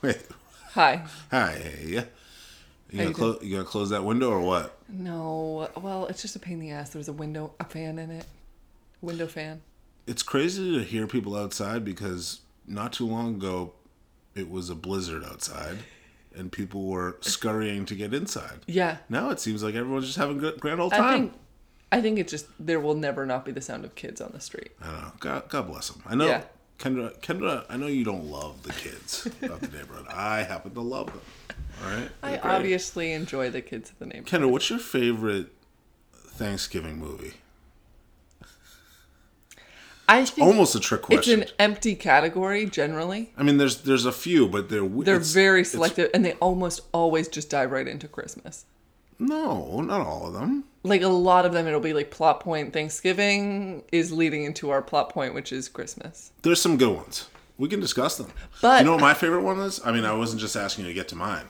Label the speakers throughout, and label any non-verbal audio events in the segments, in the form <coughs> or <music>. Speaker 1: Wait. <laughs>
Speaker 2: Hi.
Speaker 1: Hi. You
Speaker 2: How
Speaker 1: gonna
Speaker 2: you
Speaker 1: close? You gonna close that window or what?
Speaker 2: No, well, it's just a pain in the ass. There was a window, a fan in it, window fan.
Speaker 1: It's crazy to hear people outside because not too long ago, it was a blizzard outside, and people were scurrying to get inside.
Speaker 2: Yeah,
Speaker 1: Now it seems like everyone's just having a grand old
Speaker 2: I
Speaker 1: time.
Speaker 2: think, I think it just there will never not be the sound of kids on the street.
Speaker 1: I don't know. God, God bless them. I know,
Speaker 2: Yeah.
Speaker 1: Kendra. Kendra, I know you don't love the kids of the neighborhood. I happen to love them. All right.
Speaker 2: I
Speaker 1: They're great.
Speaker 2: obviously enjoy the kids of the neighborhood.
Speaker 1: Kendra, what's your favorite Thanksgiving movie?
Speaker 2: I think
Speaker 1: Almost a trick
Speaker 2: it's
Speaker 1: question.
Speaker 2: an empty category generally.
Speaker 1: I mean, there's there's a few, but they're we-
Speaker 2: They're
Speaker 1: it's-
Speaker 2: very
Speaker 1: it's-
Speaker 2: selective, and they almost always just dive right into Christmas.
Speaker 1: No, not all of them.
Speaker 2: Like a lot of them, it'll be like plot point. Thanksgiving is leading into our plot point, which is Christmas.
Speaker 1: There's some good ones. We can discuss them.
Speaker 2: But-
Speaker 1: you know what my favorite one is? I mean, I wasn't just asking you to get to mine,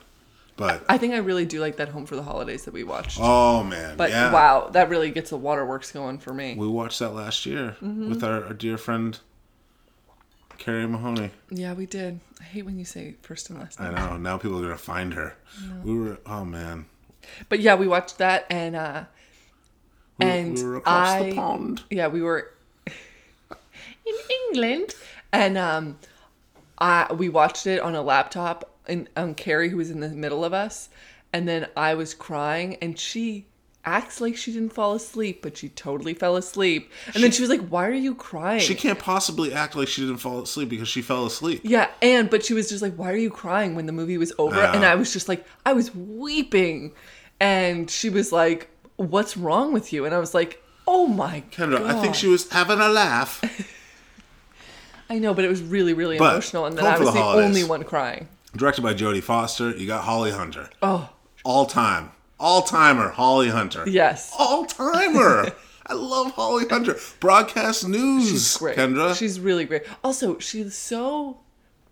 Speaker 1: but
Speaker 2: I think I really do like that Home for the Holidays that we watched.
Speaker 1: oh man,
Speaker 2: But
Speaker 1: yeah.
Speaker 2: wow, that really gets the waterworks going for me.
Speaker 1: We watched that last year
Speaker 2: Mm-hmm.
Speaker 1: with our, our dear friend Carrie Mahoney.
Speaker 2: Yeah, we did. I hate when you say first and last
Speaker 1: I
Speaker 2: name.
Speaker 1: know. Now people are gonna find her. We were oh man.
Speaker 2: But yeah, we watched that and uh
Speaker 1: We, were-
Speaker 2: and
Speaker 1: we were across
Speaker 2: I
Speaker 1: the pond.
Speaker 2: yeah, we were <laughs> in England and um I we watched it on a laptop and um Carrie who was in the middle of us and then I was crying and she acts like she didn't fall asleep but she totally fell asleep and then she was like why are you crying
Speaker 1: She can't possibly act like she didn't fall asleep because she fell asleep.
Speaker 2: Yeah, and but she was just like, "Why are you crying?" When the movie was over,
Speaker 1: Yeah.
Speaker 2: and I was just like, I was weeping, and she was like, "What's wrong with you?" And I was like, "Oh my
Speaker 1: Kendra,
Speaker 2: god!"
Speaker 1: I think she was having a laugh.
Speaker 2: I know, but it was really, really
Speaker 1: But,
Speaker 2: emotional, and then
Speaker 1: Home
Speaker 2: I
Speaker 1: for
Speaker 2: was
Speaker 1: the
Speaker 2: the,
Speaker 1: Holidays.
Speaker 2: only one crying.
Speaker 1: Directed by Jodie Foster. You got Holly Hunter.
Speaker 2: Oh
Speaker 1: All time. All timer, Holly Hunter.
Speaker 2: yes,
Speaker 1: All
Speaker 2: <laughs>
Speaker 1: timer. I love Holly Hunter. Broadcast news.
Speaker 2: she's great.
Speaker 1: Kendra.
Speaker 2: she's really great. Also, she's so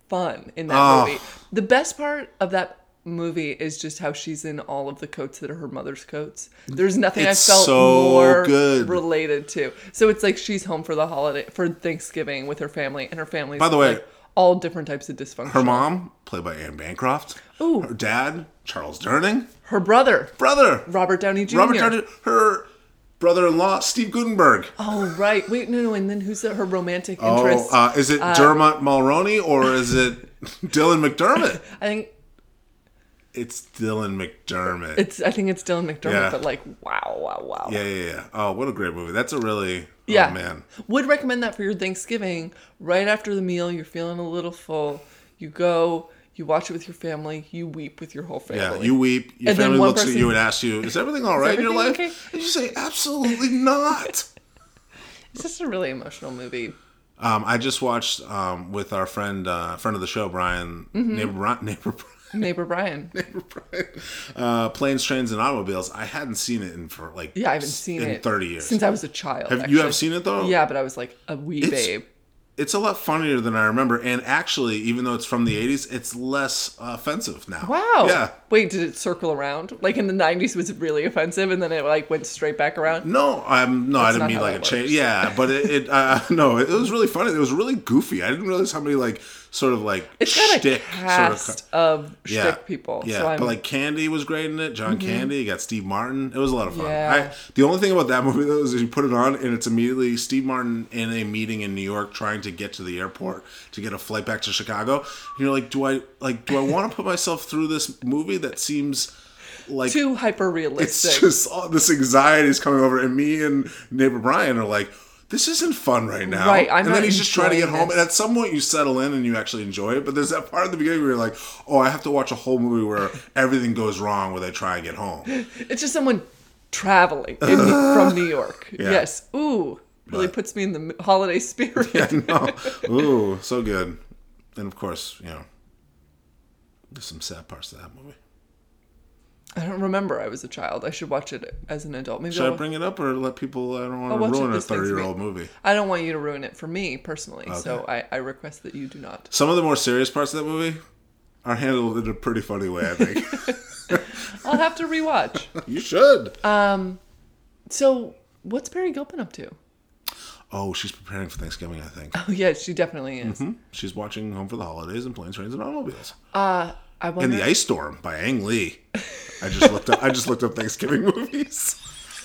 Speaker 2: fun in that
Speaker 1: Oh.
Speaker 2: movie. The best part of that movie is just how she's in all of the coats that are her mother's coats. There's nothing
Speaker 1: It's
Speaker 2: I felt
Speaker 1: so
Speaker 2: more
Speaker 1: good.
Speaker 2: related to. So it's like she's home for the holiday for Thanksgiving with her family and her family's
Speaker 1: By the way-
Speaker 2: like all different types of dysfunction.
Speaker 1: her mom, played by Anne Bancroft.
Speaker 2: Ooh.
Speaker 1: Her dad, Charles Durning.
Speaker 2: Her brother,
Speaker 1: Brother.
Speaker 2: Robert Downey Jr.
Speaker 1: Robert Downey. Her brother-in-law, Steve Gutenberg.
Speaker 2: Oh right. Wait, no, no, and then who's the, her romantic interest?
Speaker 1: Oh, uh, is it Dermot Mulroney or is it <laughs> Dylan McDermott?
Speaker 2: I think
Speaker 1: It's Dylan McDermott.
Speaker 2: it's I think it's Dylan McDermott,
Speaker 1: Yeah.
Speaker 2: but like wow, wow, wow.
Speaker 1: yeah, yeah, yeah. Oh, what a great movie. That's a really
Speaker 2: Yeah.
Speaker 1: oh man.
Speaker 2: Would recommend that for your Thanksgiving. Right after the meal, you're feeling a little full. You go, you watch it with your family, you weep with your whole
Speaker 1: Yeah,
Speaker 2: family.
Speaker 1: you weep. Your
Speaker 2: And then
Speaker 1: family
Speaker 2: one
Speaker 1: looks at
Speaker 2: person-
Speaker 1: you and asks you,
Speaker 2: <laughs>
Speaker 1: "Is everything all right in your life?"
Speaker 2: everything okay?
Speaker 1: And you say, "Absolutely not."
Speaker 2: It's just a really emotional movie.
Speaker 1: um, I just watched um, with our friend, uh, friend of the show, Brian,
Speaker 2: Mm-hmm.
Speaker 1: neighbor, Bri- neighbor, Brian, <laughs>
Speaker 2: Neighbor Brian.
Speaker 1: neighbor Brian, uh, planes, trains, and automobiles. I hadn't seen it in for like
Speaker 2: Yeah, I haven't
Speaker 1: s-
Speaker 2: seen
Speaker 1: in
Speaker 2: it
Speaker 1: thirty years.
Speaker 2: since I was a child.
Speaker 1: Have- you have
Speaker 2: actually.
Speaker 1: seen it, though?
Speaker 2: Yeah, but I was like a wee
Speaker 1: It's-
Speaker 2: babe.
Speaker 1: it's a lot funnier than I remember, and actually, even though it's from the '80s, it's less offensive now.
Speaker 2: Wow.
Speaker 1: Yeah.
Speaker 2: Wait, did it circle around? Like in the '90s was really offensive, and then it like went straight back around.
Speaker 1: No, I'm no. I
Speaker 2: not
Speaker 1: didn't mean
Speaker 2: how
Speaker 1: like a
Speaker 2: that
Speaker 1: change.
Speaker 2: works.
Speaker 1: Yeah, but it, it uh, <laughs> no, it was really funny. It was really goofy. I didn't realize how many like sort of like
Speaker 2: It's got a
Speaker 1: shtick
Speaker 2: cast
Speaker 1: sort of
Speaker 2: of
Speaker 1: yeah,
Speaker 2: shtick people.
Speaker 1: Yeah,
Speaker 2: so I'm, Mm-hmm.
Speaker 1: but like Candy was great in it. John Candy. You got Steve Martin. It was a lot of fun.
Speaker 2: Yeah.
Speaker 1: I, the only thing about that movie though is you put it on and it's immediately Steve Martin in a meeting in New York trying to get to the airport to get a flight back to Chicago. And you're like, do I like do I want to put myself through this movie that seems like
Speaker 2: too hyper
Speaker 1: it's
Speaker 2: realistic.
Speaker 1: just all this anxiety is coming over, and me and neighbor Brian are like, "This isn't fun right now."
Speaker 2: Right, I'm
Speaker 1: and then
Speaker 2: not
Speaker 1: he's just trying to get
Speaker 2: enjoying
Speaker 1: home,
Speaker 2: this.
Speaker 1: and at some point you settle in and you actually enjoy it. But there's that part at the beginning where you're like, "Oh, I have to watch a whole movie where
Speaker 2: <laughs>
Speaker 1: everything goes wrong when I try and get home." <laughs>
Speaker 2: It's just someone traveling in, from New York.
Speaker 1: <laughs> Yeah.
Speaker 2: Yes. Ooh, really
Speaker 1: But-
Speaker 2: puts me in the m- holiday spirit.
Speaker 1: I know. Ooh, so good. And of course, you know, there's some sad parts of that movie.
Speaker 2: <laughs> I don't remember. I was a child. I should watch it as an adult. Maybe
Speaker 1: Should
Speaker 2: I'll,
Speaker 1: I bring it up or let people? I don't want
Speaker 2: I'll watch
Speaker 1: to
Speaker 2: it
Speaker 1: ruin a
Speaker 2: this Thanksgiving.
Speaker 1: thirty-year-old movie.
Speaker 2: I don't want you to ruin it for me personally. So I, I request that you do not.
Speaker 1: Some of the more serious parts of that movie are handled in a pretty funny way. I
Speaker 2: <laughs>
Speaker 1: think
Speaker 2: I'll have to
Speaker 1: <laughs>
Speaker 2: rewatch.
Speaker 1: you should.
Speaker 2: so what's Barry Gilpin up to?
Speaker 1: Oh, she's preparing for Thanksgiving, I
Speaker 2: <gasps>
Speaker 1: think.
Speaker 2: Oh yeah, she definitely is.
Speaker 1: She's watching Home for the Holidays and Planes, Trains, and Automobiles.
Speaker 2: Oh, I
Speaker 1: and
Speaker 2: wonder.
Speaker 1: The Ice Storm by Ang Lee. I just looked up. I just looked up Thanksgiving <laughs> movies.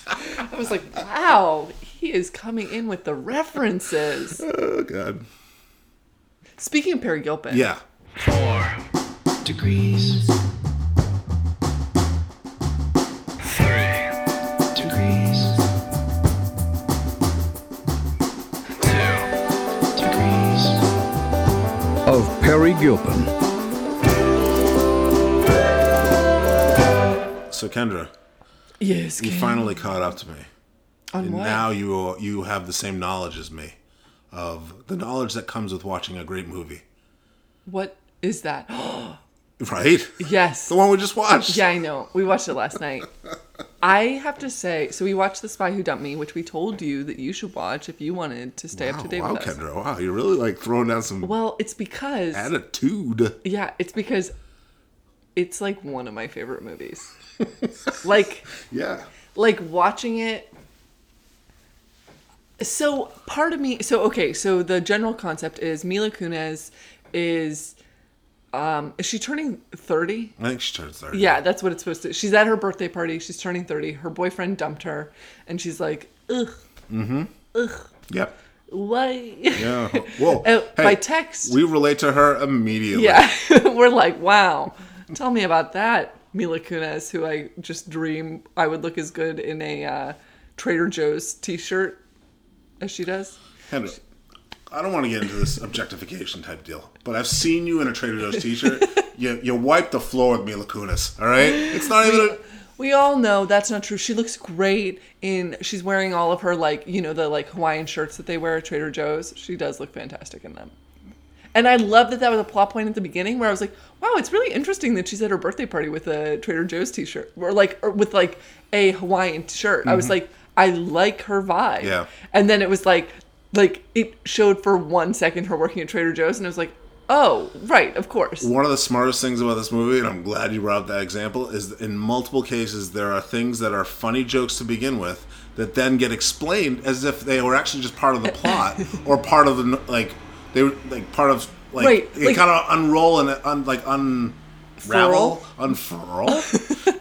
Speaker 2: I was like, wow, he is coming in with
Speaker 1: <laughs>
Speaker 2: the references.
Speaker 1: Oh God.
Speaker 2: Speaking of Perry Gilpin,
Speaker 1: Yeah.
Speaker 3: four degrees. Three degrees. Two degrees.
Speaker 4: of Perry Gilpin.
Speaker 1: So Kendra,
Speaker 2: yes,
Speaker 1: you
Speaker 2: Ken.
Speaker 1: finally caught up to me,
Speaker 2: on
Speaker 1: and
Speaker 2: what?
Speaker 1: now you are- you have the same knowledge as me of the knowledge that comes with watching a great movie,
Speaker 2: what is that? <gasps> <laughs>
Speaker 1: right?
Speaker 2: yes,
Speaker 1: The one we just watched.
Speaker 2: <laughs> Yeah, I know. We watched it last night. I have to say, so we watched The Spy Who Dumped Me, which we told you that you should watch if you wanted to stay up to
Speaker 1: Oh,
Speaker 2: date
Speaker 1: wow,
Speaker 2: with us.
Speaker 1: Kendra. Wow, you're really like throwing down some
Speaker 2: Well, it's because
Speaker 1: attitude. <laughs>
Speaker 2: yeah, it's because it's like one of my favorite movies. like
Speaker 1: Yeah.
Speaker 2: like watching it so part of me so okay so the general concept is mila kunis is um is she turning 30
Speaker 1: I think she turns 30.
Speaker 2: Yeah, that's what it's supposed to. She's at her birthday party. She's turning 30. Her boyfriend dumped her, and she's like, ugh,
Speaker 1: Yep.
Speaker 2: why?
Speaker 1: Yeah. Whoa.
Speaker 2: Uh,
Speaker 1: Hey,
Speaker 2: by text.
Speaker 1: We relate to her immediately.
Speaker 2: yeah. <laughs> We're like, wow, tell me about that. Mila Kunis, who I just dream I would look as good in a uh, Trader Joe's t shirt as she does.
Speaker 1: Kendra, I don't want to get into this objectification type deal, but I've seen you in a Trader Joe's
Speaker 2: <laughs>
Speaker 1: t-shirt. you you wipe the floor with Mila Kunis. All right. It's not even. a,
Speaker 2: We all know that's not true. She looks great in she's wearing all of her like, you know, the like Hawaiian shirts that they wear at Trader Joe's. She does look fantastic in them. And I love that that was a plot point at the beginning where I was like, wow, it's really interesting that she's at her birthday party with a Trader Joe's t-shirt or like or with like a Hawaiian shirt. I was like, I like her vibe.
Speaker 1: Yeah.
Speaker 2: And then it was like like it showed for 1 second her working at Trader Joe's and I was like, "Oh, right, of course."
Speaker 1: One of the smartest things about this movie, and I'm glad you brought up that example, is that in multiple cases there are things that are funny jokes to begin with that then get explained as if they were actually just part of the
Speaker 2: <laughs>
Speaker 1: plot or part of the like they were like part of like
Speaker 2: Right,
Speaker 1: they
Speaker 2: like-
Speaker 1: kind of unroll and un, like unravel,
Speaker 2: <laughs>
Speaker 1: unfurl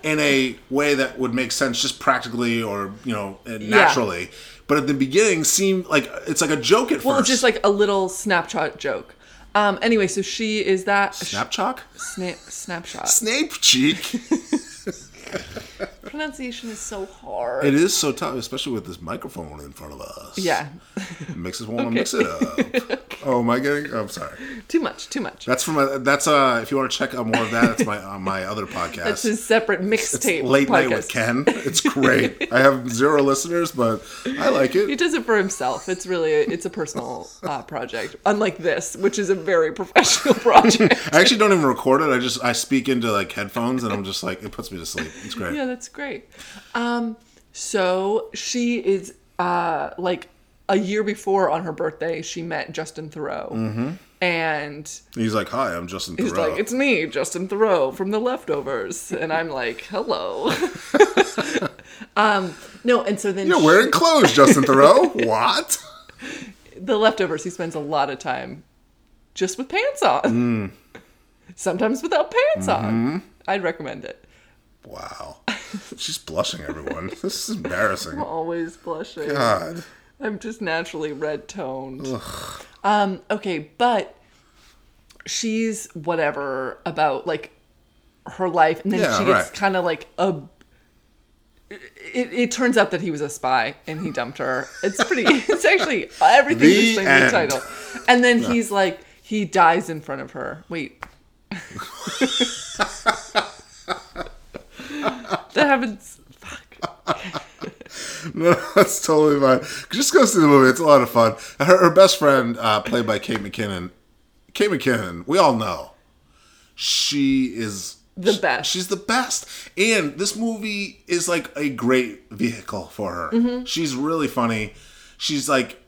Speaker 1: in a way that would make sense just practically or you know eh, naturally. But at the beginning, seem like it's like a joke at
Speaker 2: Well,
Speaker 1: first.
Speaker 2: just like a little snapshot joke. Um, anyway, so she is that
Speaker 1: Snapchalk?
Speaker 2: Snap snapshot.
Speaker 1: Snape cheek.
Speaker 2: Pronunciation is so hard.
Speaker 1: It is so tough, especially with this microphone in front of us.
Speaker 2: yeah, <laughs>
Speaker 1: It makes us want to mix it up. Oh, am I getting? I'm sorry.
Speaker 2: too much, too much.
Speaker 1: That's from a, that's uh. If you want to check out more of that, it's my on my other podcast.
Speaker 2: That's his separate
Speaker 1: It's
Speaker 2: mixtape.
Speaker 1: late night with Ken.
Speaker 2: podcast. <laughs>
Speaker 1: It's great. I have zero listeners, but I like
Speaker 2: He
Speaker 1: it.
Speaker 2: does it for himself. It's really it's
Speaker 1: <laughs>
Speaker 2: a personal uh, project, unlike this, which is a very <laughs> professional project. <laughs>
Speaker 1: I actually don't even record it. I just I speak into like headphones, and I'm just like it puts me to sleep. It's great.
Speaker 2: yeah, that's great. Um, so she is uh like a year before on her birthday, she met Justin Thoreau,
Speaker 1: Mm-hmm.
Speaker 2: and
Speaker 1: He's like, "Hi, I'm Justin
Speaker 2: He's
Speaker 1: Thoreau."
Speaker 2: like, it's me, Justin Thoreau from The Leftovers, and I'm like, hello. um, no, and so then
Speaker 1: You're
Speaker 2: she-
Speaker 1: wearing clothes, Justin
Speaker 2: <laughs>
Speaker 1: Thoreau. what?
Speaker 2: The Leftovers. He spends a lot of time just with pants on, <laughs> sometimes without pants on. I'd recommend it.
Speaker 1: Wow. She's blushing, everyone. This is embarrassing.
Speaker 2: Always blushing.
Speaker 1: God.
Speaker 2: I'm just naturally red toned. Um, okay, but she's whatever about like her life, and then
Speaker 1: Yeah,
Speaker 2: she gets
Speaker 1: right.
Speaker 2: kind of like a. It, it turns out that he was a spy and he dumped her. It's pretty. <laughs> It's actually everything
Speaker 1: The
Speaker 2: is in the
Speaker 1: end.
Speaker 2: title. And then he's like, he dies in front of her. Wait.
Speaker 1: <laughs>
Speaker 2: <laughs> that happens. Fuck.
Speaker 1: <laughs> No, that's totally fine. Just go see the movie. It's a lot of fun. Her, her best friend, uh, played by Kate McKinnon. Kate McKinnon, we all know. She is
Speaker 2: The
Speaker 1: sh-
Speaker 2: best.
Speaker 1: She's the best. And this movie is
Speaker 2: Mm-hmm.
Speaker 1: like a great vehicle for her. She's really funny. She's like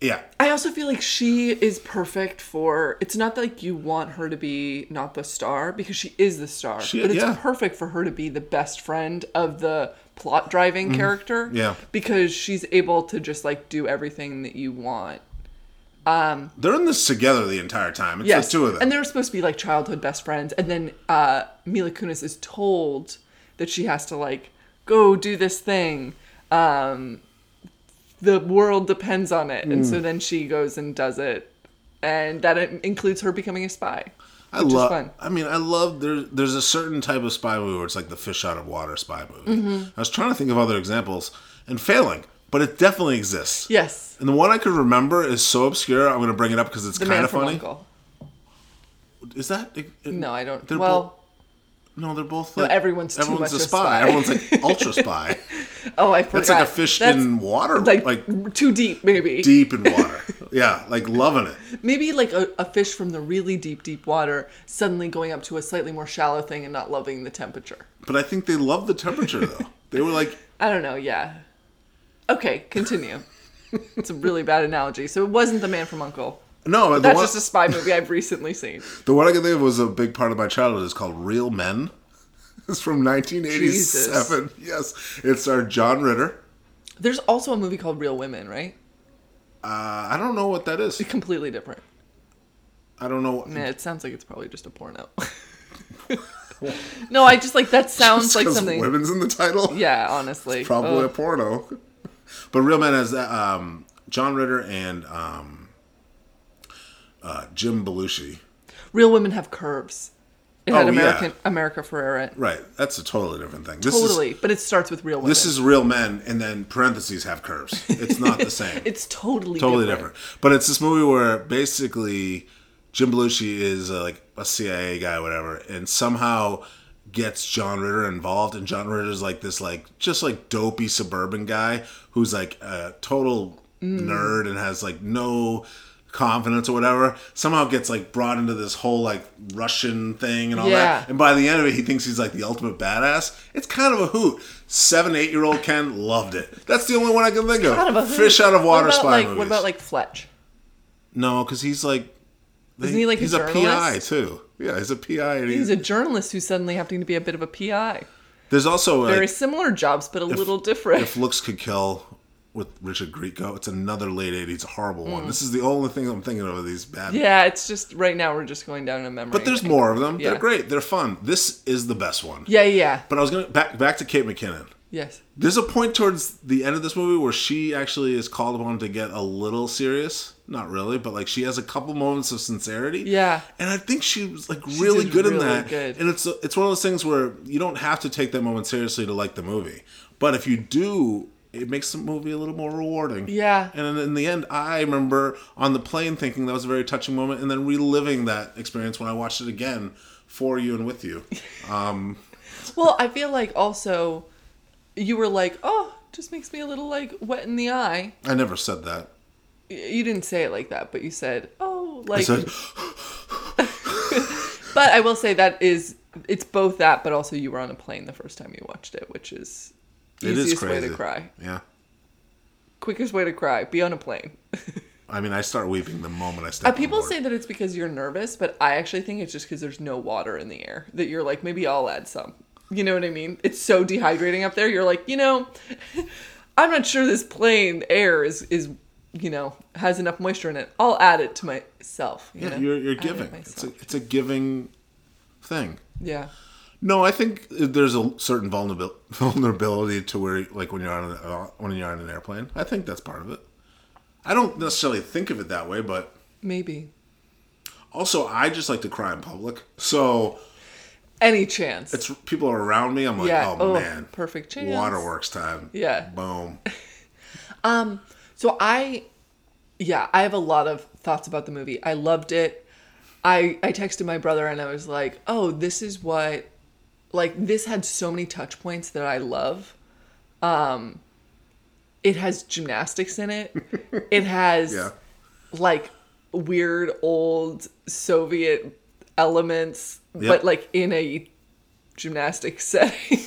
Speaker 1: Yeah.
Speaker 2: I also feel like she is perfect for. It's not like you want her to be not the star because she is the star,
Speaker 1: She-
Speaker 2: but it's
Speaker 1: yeah.
Speaker 2: perfect for her to be the best friend of the plot driving character.
Speaker 1: Mm-hmm. Yeah.
Speaker 2: because she's able to just like do everything that you want.
Speaker 1: They're in this together the entire time. It's
Speaker 2: Yes,
Speaker 1: the two of them.
Speaker 2: and they're supposed to be like childhood best friends. And then uh, Mila Kunis is told that she has to like go do this thing. Um, the world depends on it, and
Speaker 1: Hmm.
Speaker 2: so then she goes and does it, and that in- includes her becoming a spy.
Speaker 1: I
Speaker 2: is
Speaker 1: love.
Speaker 2: fun.
Speaker 1: I mean, I love. There's there's a certain type of spy movie where it's like the fish out of water spy movie.
Speaker 2: Mm-hmm.
Speaker 1: I was trying to think of other examples and failing, but it definitely exists.
Speaker 2: Yes,
Speaker 1: And the one I could remember is so obscure. I'm going to bring it up because it's
Speaker 2: the
Speaker 1: kind
Speaker 2: man
Speaker 1: of
Speaker 2: from
Speaker 1: funny.
Speaker 2: Uncle.
Speaker 1: Is that? It, it-
Speaker 2: No, I don't.
Speaker 1: They're
Speaker 2: well,
Speaker 1: bo- no, they're both. Like,
Speaker 2: everyone's too much a spy.
Speaker 1: Everyone's
Speaker 2: <laughs>
Speaker 1: like ultra spy.
Speaker 2: oh, I forgot.
Speaker 1: It's like a fish
Speaker 2: That's
Speaker 1: in water,
Speaker 2: like,
Speaker 1: like,
Speaker 2: too deep, maybe.
Speaker 1: deep in water. <laughs> yeah, like loving it.
Speaker 2: Maybe like a, a fish from the really deep, deep water suddenly going up to a slightly more shallow thing and not loving the temperature.
Speaker 1: But I think they love the temperature though. They were like,
Speaker 2: I don't know. Yeah. Okay,
Speaker 1: <laughs>
Speaker 2: continue. it's a really bad analogy. So it wasn't the Man from Uncle.
Speaker 1: no, but the
Speaker 2: That's
Speaker 1: one,
Speaker 2: just a spy movie I've
Speaker 1: <laughs>
Speaker 2: recently seen.
Speaker 1: the one I can think of was a big part of my childhood. is called Real Men. <laughs> It's from 1987. Yes, it's our John Ritter.
Speaker 2: There's also a movie called Real Women, right?
Speaker 1: Uh, I don't know what that is.
Speaker 2: Completely different.
Speaker 1: I don't know.
Speaker 2: Yeah, it sounds like it's probably just
Speaker 1: <laughs>
Speaker 2: a porno. no, I just like that sounds
Speaker 1: It's
Speaker 2: like
Speaker 1: 'cause
Speaker 2: something.
Speaker 1: Women's in the title.
Speaker 2: Yeah, Oh. honestly.
Speaker 1: probably a
Speaker 2: Ugh.
Speaker 1: porno. But Real Men has that um, John Ritter and um, uh, Jim Belushi.
Speaker 2: Real Women have curves. It had
Speaker 1: Oh, yeah.
Speaker 2: American America Ferrera.
Speaker 1: Right, that's a totally different thing. This
Speaker 2: Totally,
Speaker 1: Is,
Speaker 2: but it starts with real women.
Speaker 1: this is Real Men, and then parentheses have curves. It's not
Speaker 2: <laughs>
Speaker 1: the same.
Speaker 2: it's totally
Speaker 1: totally different. But it's this movie where basically Jim Belushi is uh, like a CIA guy, whatever, and somehow gets John Ritter involved, and John Ritter's like this like just like dopey suburban guy who's like a total nerd and has like no confidence or whatever somehow gets like brought into this whole like russian thing and all
Speaker 2: Yeah.
Speaker 1: that and by the end of it he thinks he's like the ultimate badass it's kind of a hoot seven eight year old ken loved it that's the only one i can think of
Speaker 2: Kind of a
Speaker 1: fish out of water
Speaker 2: what about,
Speaker 1: spy
Speaker 2: like,
Speaker 1: movies.
Speaker 2: What about like Fletch?
Speaker 1: no, because he's like,
Speaker 2: Isn't he like
Speaker 1: he's
Speaker 2: a
Speaker 1: a, PI
Speaker 2: journalist?
Speaker 1: too. Yeah, he's a PI, and he's,
Speaker 2: He's a journalist who's suddenly having to be a bit of a PI.
Speaker 1: there's also
Speaker 2: Very
Speaker 1: like,
Speaker 2: similar jobs, but a little different.
Speaker 1: if looks could kill with Richard Grieco. It's another late '80s horrible one. This is the only thing I'm thinking of these bad.
Speaker 2: <laughs> Mm. yeah, it's just right now we're just going down in memory.
Speaker 1: but there's more of them.
Speaker 2: Yeah.
Speaker 1: They're great. They're fun. This is the best one.
Speaker 2: Yeah, yeah,
Speaker 1: But I was gonna back back to Kate McKinnon.
Speaker 2: yes.
Speaker 1: There's a point towards the end of this movie where she actually is called upon to get a little serious. Not really, but like she has a couple moments of sincerity.
Speaker 2: Yeah.
Speaker 1: And I think she was like really
Speaker 2: did
Speaker 1: good in
Speaker 2: really
Speaker 1: that.
Speaker 2: good.
Speaker 1: And it's it's one of those things where you don't have to take that moment seriously to like the movie. But if you do, it makes the movie a little more rewarding.
Speaker 2: Yeah.
Speaker 1: And in, in the end, I remember on the plane thinking that was a very touching moment and then reliving that experience when I watched it again for you and with
Speaker 2: <laughs>
Speaker 1: you.
Speaker 2: Well, I feel like also you were like, oh, just makes me a little like wet in the eye.
Speaker 1: I never said that.
Speaker 2: Y- You didn't say it like that, but you said, oh,
Speaker 1: I
Speaker 2: like.
Speaker 1: said,
Speaker 2: but I will say that is it's both that, but also you were on a plane the first time you watched it, which is
Speaker 1: it
Speaker 2: easiest
Speaker 1: is crazy.
Speaker 2: way to cry,
Speaker 1: Yeah.
Speaker 2: quickest way to cry. Be on a plane. <laughs>
Speaker 1: I mean, I start weeping the moment I step.
Speaker 2: Uh,
Speaker 1: on
Speaker 2: people
Speaker 1: board.
Speaker 2: say that it's because you're nervous, but I actually think it's just because there's no water in the air. That you're like, maybe I'll add some. You know what I mean? It's so dehydrating up there. You're like, you know, <laughs> I'm not sure this plane air is is you know has enough moisture in it. I'll add it to myself. You
Speaker 1: yeah,
Speaker 2: know?
Speaker 1: you're, you're
Speaker 2: Add it
Speaker 1: giving. It's a,
Speaker 2: myself.
Speaker 1: it's a giving thing.
Speaker 2: yeah.
Speaker 1: No, I think there's a certain vulnerabil- <laughs> vulnerability to where, like, when you're on an, uh, when you're on an airplane. I think that's part of it. I don't necessarily think of it that way, but
Speaker 2: Maybe
Speaker 1: also I just like to cry in public. So
Speaker 2: any chance?
Speaker 1: it's people are around me. I'm like,
Speaker 2: Yeah,
Speaker 1: oh,
Speaker 2: oh,
Speaker 1: man,
Speaker 2: perfect chance.
Speaker 1: Waterworks time.
Speaker 2: Yeah. <laughs>
Speaker 1: boom.
Speaker 2: So I, yeah, I have a lot of thoughts about the movie. I loved it. I I texted my brother and I was like, oh, this is what, like this had so many touch points that I love. Um, it has gymnastics
Speaker 1: <laughs>
Speaker 2: in it. It has
Speaker 1: Yeah.
Speaker 2: like weird old Soviet elements,
Speaker 1: Yep.
Speaker 2: but like in a <laughs> gymnastic setting.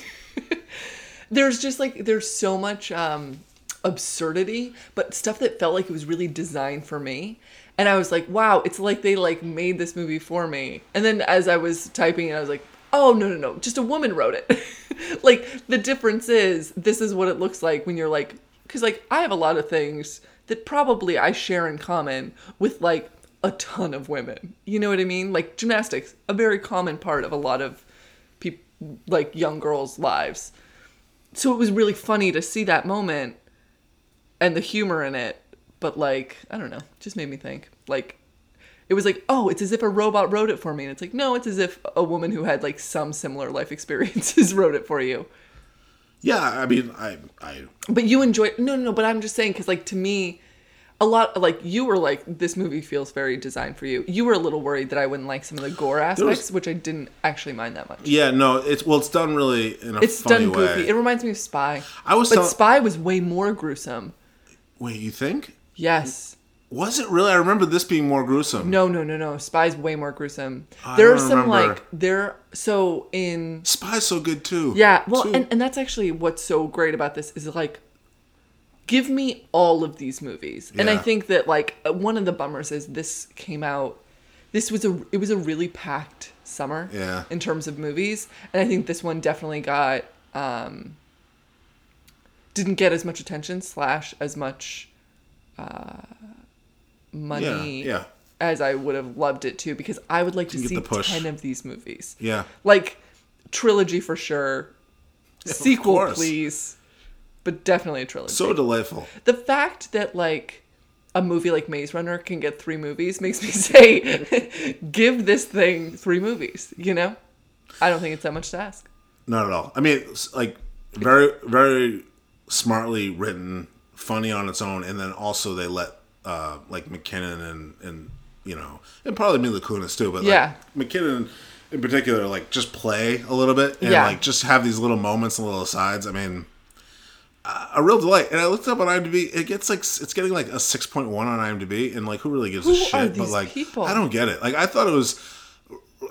Speaker 2: there's just like there's so much um absurdity, but stuff that felt like it was really designed for me. And I was like, wow, it's like they like made this movie for me. And then as I was typing it, I was like, oh no no no, just a woman wrote it. <laughs> like the difference is this is what it looks like when you're like cuz like I have a lot of things that probably I share in common with like a ton of women. You know what I mean? Like gymnastics, a very common part of a lot of peop like young girls' lives. So it was really funny to see that moment and the humor in it, but like, I don't know, just made me think. Like it was like, "Oh, it's as if a robot wrote it for me." And it's like, "No, it's as if a woman who had like some similar life <laughs> experiences wrote it for you."
Speaker 1: Yeah, I mean, I, I,
Speaker 2: But you enjoy no, no, no. But I'm just saying because, like, to me, a lot like you were like this movie feels very designed for you. You were a little worried that I wouldn't like some of the gore aspects, which I didn't actually mind that much.
Speaker 1: yeah, no, it's well, it's done really in a
Speaker 2: It's
Speaker 1: funny
Speaker 2: done goofy.
Speaker 1: way.
Speaker 2: It reminds me of Spy.
Speaker 1: I was
Speaker 2: but
Speaker 1: tell-
Speaker 2: Spy was way more gruesome.
Speaker 1: Wait, you think?
Speaker 2: Yes.
Speaker 1: Was it really? I remember this being more gruesome.
Speaker 2: No, no, no, no. Spy's way more gruesome.
Speaker 1: I
Speaker 2: there
Speaker 1: don't
Speaker 2: are some
Speaker 1: remember.
Speaker 2: like there. So in
Speaker 1: Spy's so good too.
Speaker 2: Yeah, well,
Speaker 1: Too.
Speaker 2: and, and that's actually what's so great about this is like, give me all of these movies, and I
Speaker 1: Yeah.
Speaker 2: think that like uh, one of the bummers is this came out, this was a it was a really packed summer,
Speaker 1: Yeah.
Speaker 2: in terms of movies, and I think this one definitely got um, didn't get as much attention slash as much uh, money
Speaker 1: yeah.
Speaker 2: as I would have loved it to because I would like to
Speaker 1: Didn't
Speaker 2: see
Speaker 1: get the push.
Speaker 2: ten of these movies
Speaker 1: yeah,
Speaker 2: like trilogy for sure sequel
Speaker 1: course.
Speaker 2: please but definitely a trilogy
Speaker 1: so delightful.
Speaker 2: the fact that like a movie like maze runner can get three movies makes me <laughs> say <laughs> give this thing three movies you know i don't think it's that much to ask
Speaker 1: Not at all. I mean, it's like very, very smartly written, funny on its own, and then also they let uh like McKinnon and and you know and probably Mila Kunis too, but
Speaker 2: Yeah.
Speaker 1: like McKinnon in particular, like just play a little bit and
Speaker 2: Yeah.
Speaker 1: like just have these little moments and little sides. I mean. a- A real delight, and I looked up on IMDb. It gets like s- it's getting like a six point one on IMDb, and like who really gives a
Speaker 2: Who are
Speaker 1: shit? but
Speaker 2: these
Speaker 1: like
Speaker 2: people?
Speaker 1: I don't get it. Like I thought it was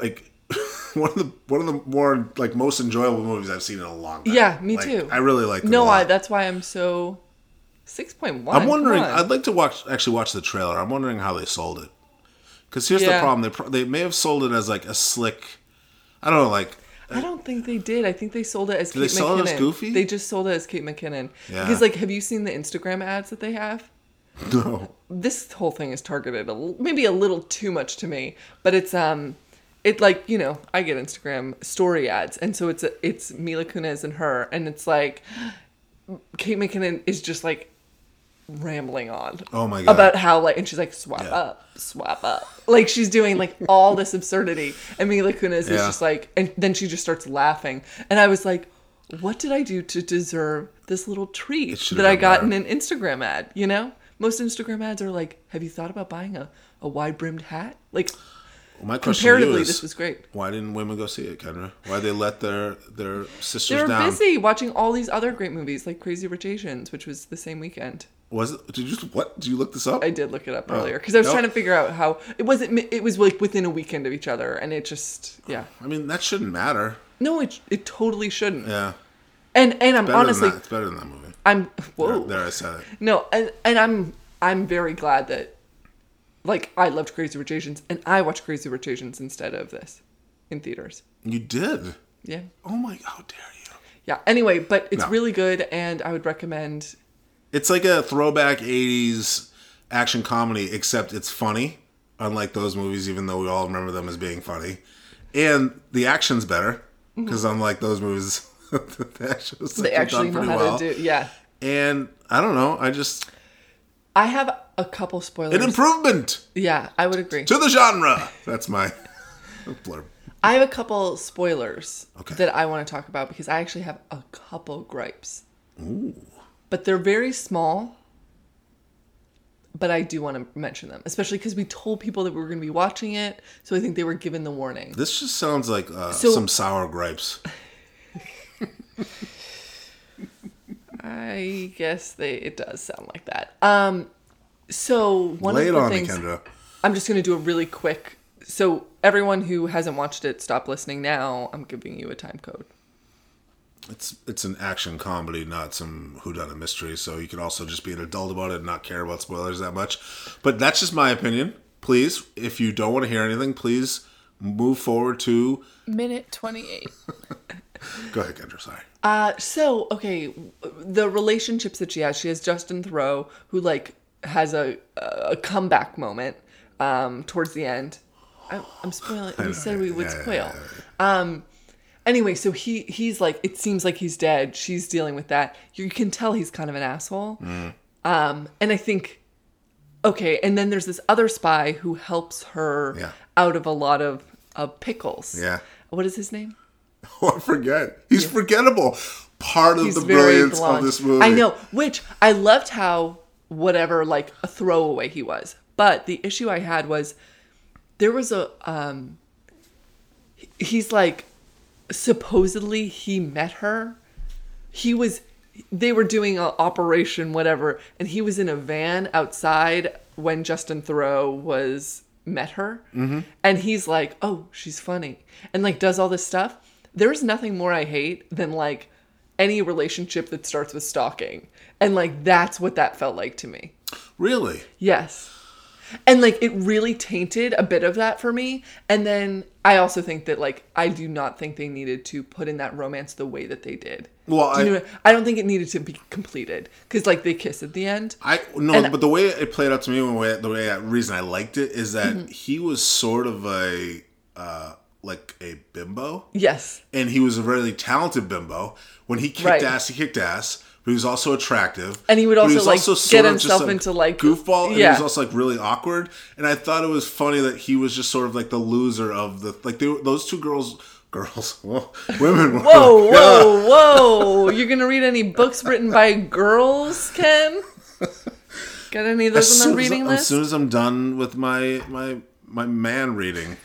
Speaker 1: like <laughs> one of the one of the more like most enjoyable movies I've seen in a long time.
Speaker 2: yeah me
Speaker 1: Like,
Speaker 2: too
Speaker 1: I really like.
Speaker 2: no i
Speaker 1: I.
Speaker 2: that's why i'm so 6.1
Speaker 1: I'm wondering.
Speaker 2: come on.
Speaker 1: I'd like to watch actually watch the trailer. I'm wondering how they sold it. Because here's the
Speaker 2: Yeah.
Speaker 1: problem: they pro- they may have sold it as like a slick. I don't know, like <laughs>
Speaker 2: I don't think they did. I think they sold it as Kate
Speaker 1: they
Speaker 2: McKinnon.
Speaker 1: sell it as Goofy?
Speaker 2: They just sold it as Kate McKinnon.
Speaker 1: Yeah.
Speaker 2: Because like, have you seen the Instagram ads that they have?
Speaker 1: no.
Speaker 2: this whole thing is targeted a, l- maybe a little too much to me but it's um it like you know i get instagram story ads and so it's a, it's mila kunis and her and it's like kate mckinnon is just like rambling on
Speaker 1: Oh my God.
Speaker 2: about how like and she's like swap
Speaker 1: Yeah.
Speaker 2: up swap up like she's doing like all this absurdity and mila kunis is
Speaker 1: Yeah.
Speaker 2: just like and then she just starts laughing and i was like what did i do to deserve this little treat
Speaker 1: should've
Speaker 2: that I
Speaker 1: been
Speaker 2: got
Speaker 1: better.
Speaker 2: in an Instagram ad. You know, most Instagram ads are like, "Have you thought about buying a, a wide brimmed hat?" Like,
Speaker 1: Well, my question to you
Speaker 2: comparatively,
Speaker 1: is,
Speaker 2: this was great.
Speaker 1: why didn't women go see it, Kendra? Why they let their their
Speaker 2: They
Speaker 1: sisters
Speaker 2: were
Speaker 1: down?
Speaker 2: busy watching all these other great movies like Crazy Rich Asians, which was the same weekend.
Speaker 1: Was it? Did you what? Did you look this up?
Speaker 2: I did look it up earlier because I was
Speaker 1: Oh, Nope.
Speaker 2: trying to figure out how it wasn't. mi- It was like within a weekend of each other, and it just yeah.
Speaker 1: I mean, that shouldn't matter.
Speaker 2: No, it it totally shouldn't.
Speaker 1: Yeah,
Speaker 2: And and I'm
Speaker 1: better
Speaker 2: honestly, Oh.
Speaker 1: than that. It's better than that movie.
Speaker 2: I'm whoa.
Speaker 1: There, there I said it.
Speaker 2: No, and and I'm I'm very glad that like I loved Crazy Rich Asians and I watched Crazy Rich Asians instead of this in theaters.
Speaker 1: You did.
Speaker 2: Yeah.
Speaker 1: Oh my! How dare you?
Speaker 2: Yeah. Anyway, but it's
Speaker 1: No.
Speaker 2: really good and I would recommend
Speaker 1: It's like a throwback '80s action comedy, except it's funny. Unlike those movies, even though we all remember them as being funny, and the action's better because unlike those movies, <laughs> the action was
Speaker 2: Mm-hmm. they actually
Speaker 1: done
Speaker 2: know
Speaker 1: pretty
Speaker 2: how
Speaker 1: well.
Speaker 2: to do yeah.
Speaker 1: And I don't know. I just
Speaker 2: I have a couple spoilers.
Speaker 1: an improvement
Speaker 2: yeah, I would agree.
Speaker 1: to the genre. That's my <laughs> blurb.
Speaker 2: I have a couple spoilers
Speaker 1: Okay.
Speaker 2: that I want to talk about because I actually have a couple gripes. But they're very small. But I do want to mention them, especially because we told people that we were going to be watching it, so I think they were given the warning.
Speaker 1: This just sounds like uh,
Speaker 2: So-
Speaker 1: some sour gripes.
Speaker 2: I guess they it does sound like that. Um, so one
Speaker 1: Lay
Speaker 2: of
Speaker 1: it
Speaker 2: the
Speaker 1: on me,
Speaker 2: things
Speaker 1: Kendra.
Speaker 2: I'm just going to do a really quick. So everyone who hasn't watched it, stop listening now. I'm giving you a time code.
Speaker 1: it's it's an action comedy, not some whodunit mystery. So you can also just be an adult about it and not care about spoilers that much. But that's just my opinion. Please, if you don't want to hear anything, please move forward to.
Speaker 2: Minute 28.
Speaker 1: Go ahead, Kendra. Sorry. <laughs>
Speaker 2: Uh, so, okay, the relationships that she has, she has Justin Thoreau, who, like, has a, a comeback moment um, towards the end. I, I'm spoiling. We said we would
Speaker 1: Yeah, yeah,
Speaker 2: spoil. Um,
Speaker 1: yeah,
Speaker 2: anyway so he he's like it seems like he's dead she's dealing with that you can tell he's kind of an asshole
Speaker 1: Mm.
Speaker 2: um and i think okay and then there's this other spy who helps her
Speaker 1: Yeah.
Speaker 2: out of a lot of of pickles
Speaker 1: Yeah.
Speaker 2: what is his name
Speaker 1: Oh, I forget. He's forgettable. Part of
Speaker 2: he's
Speaker 1: the
Speaker 2: very
Speaker 1: brilliance
Speaker 2: blonde
Speaker 1: of this movie.
Speaker 2: i know which i loved how whatever like a throwaway he was but the issue i had was there was a um he- he's like supposedly he met her he was they were doing a operation whatever and he was in a van outside when justin thoreau was met her and he's like oh she's funny and like does all this stuff there's nothing more i hate than like any relationship that starts with stalking and like that's what that felt like to me
Speaker 1: Really?
Speaker 2: Yes. And like it really tainted a bit of that for me. And then I also think that like I do not think they needed to put in that romance the way that they did.
Speaker 1: Well,
Speaker 2: do you
Speaker 1: I-
Speaker 2: know what- I don't think it needed to be completed because like they kiss at the end.
Speaker 1: I no,
Speaker 2: And-
Speaker 1: but the way it played out to me, and the way the way uh, reason I liked it is that
Speaker 2: Mm-hmm.
Speaker 1: he was sort of a uh, like a bimbo,
Speaker 2: Yes,
Speaker 1: and he was a really talented bimbo. When he kicked
Speaker 2: Right.
Speaker 1: ass, he kicked ass, but he was also attractive,
Speaker 2: And he would
Speaker 1: But
Speaker 2: also, like,
Speaker 1: sort
Speaker 2: get
Speaker 1: of just,
Speaker 2: himself into, like,
Speaker 1: goofball, and he
Speaker 2: yeah.
Speaker 1: was also like really awkward. And I thought it was funny that he was just sort of like the loser of the like they, were- those two girls. <laughs> Girls, whoa, women. were
Speaker 2: Whoa,
Speaker 1: like,
Speaker 2: whoa, whoa! You're gonna read any books written by girls, Ken? Got any of those on the
Speaker 1: soon as-
Speaker 2: reading
Speaker 1: As
Speaker 2: list?
Speaker 1: soon as I'm done with my my my man reading,